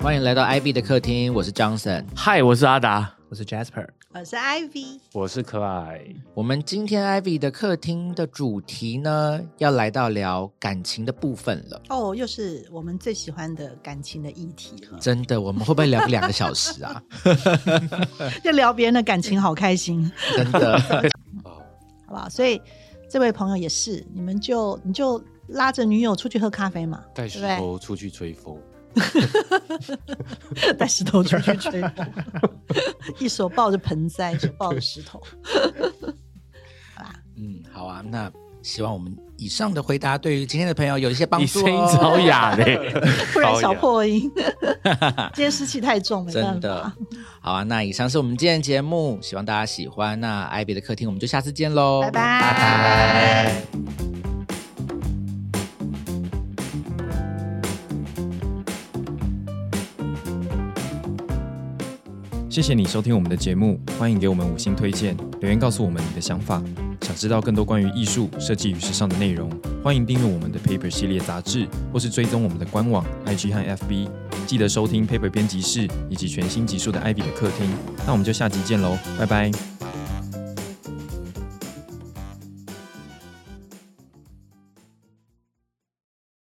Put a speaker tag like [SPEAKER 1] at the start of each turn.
[SPEAKER 1] 欢迎来到 IB 的客厅，我是 Johnson，
[SPEAKER 2] 嗨，我是阿达。
[SPEAKER 3] 我是 Jasper，
[SPEAKER 4] 我呃是 Ivy，
[SPEAKER 5] 我是可爱，
[SPEAKER 1] 我们今天 Ivy 的客厅的主题呢，要来到聊感情的部分了。
[SPEAKER 4] 哦，又是我们最喜欢的感情的议题 了，
[SPEAKER 1] 真的，我们会不会聊个两个小 时啊？
[SPEAKER 4] 就聊别人的感情，好开心，
[SPEAKER 1] 真的，
[SPEAKER 4] 好不好？所以这位朋友也是，你们就你就拉着女友出去喝咖啡嘛，
[SPEAKER 5] 带石
[SPEAKER 4] 对不
[SPEAKER 5] 头出去吹风，
[SPEAKER 4] 对？带石头出去吹风， 一手抱着盆栽，一手抱着石 头。
[SPEAKER 1] 嗯，好啊，那希望我们以上的回答对于今天的朋友有一些帮
[SPEAKER 2] 你
[SPEAKER 1] 助
[SPEAKER 2] 声音
[SPEAKER 1] 哦。
[SPEAKER 2] 超哑的、
[SPEAKER 4] 突然
[SPEAKER 5] 好
[SPEAKER 4] 小
[SPEAKER 5] 呀
[SPEAKER 4] 破 音，今天湿气太重，没
[SPEAKER 1] 真
[SPEAKER 4] 办
[SPEAKER 1] 的
[SPEAKER 4] 法。，
[SPEAKER 1] 好啊！那以上是我们今天的节目，希望大家喜欢。那 IB 的客厅，我们就下次见喽，
[SPEAKER 4] 拜拜
[SPEAKER 1] 拜拜。
[SPEAKER 6] 谢谢你收听我们的节目，欢迎给我们五星推荐，留言告诉我们你的想法。想知道更多关于艺术、设计与时尚的内容，欢迎订阅我们的 Paper 系列杂志，或是追踪我们的官网、IG 和 FB。记得收听 Paper 编辑室以及全新集数的 Ivy 的客厅。那我们就下集见喽，拜拜。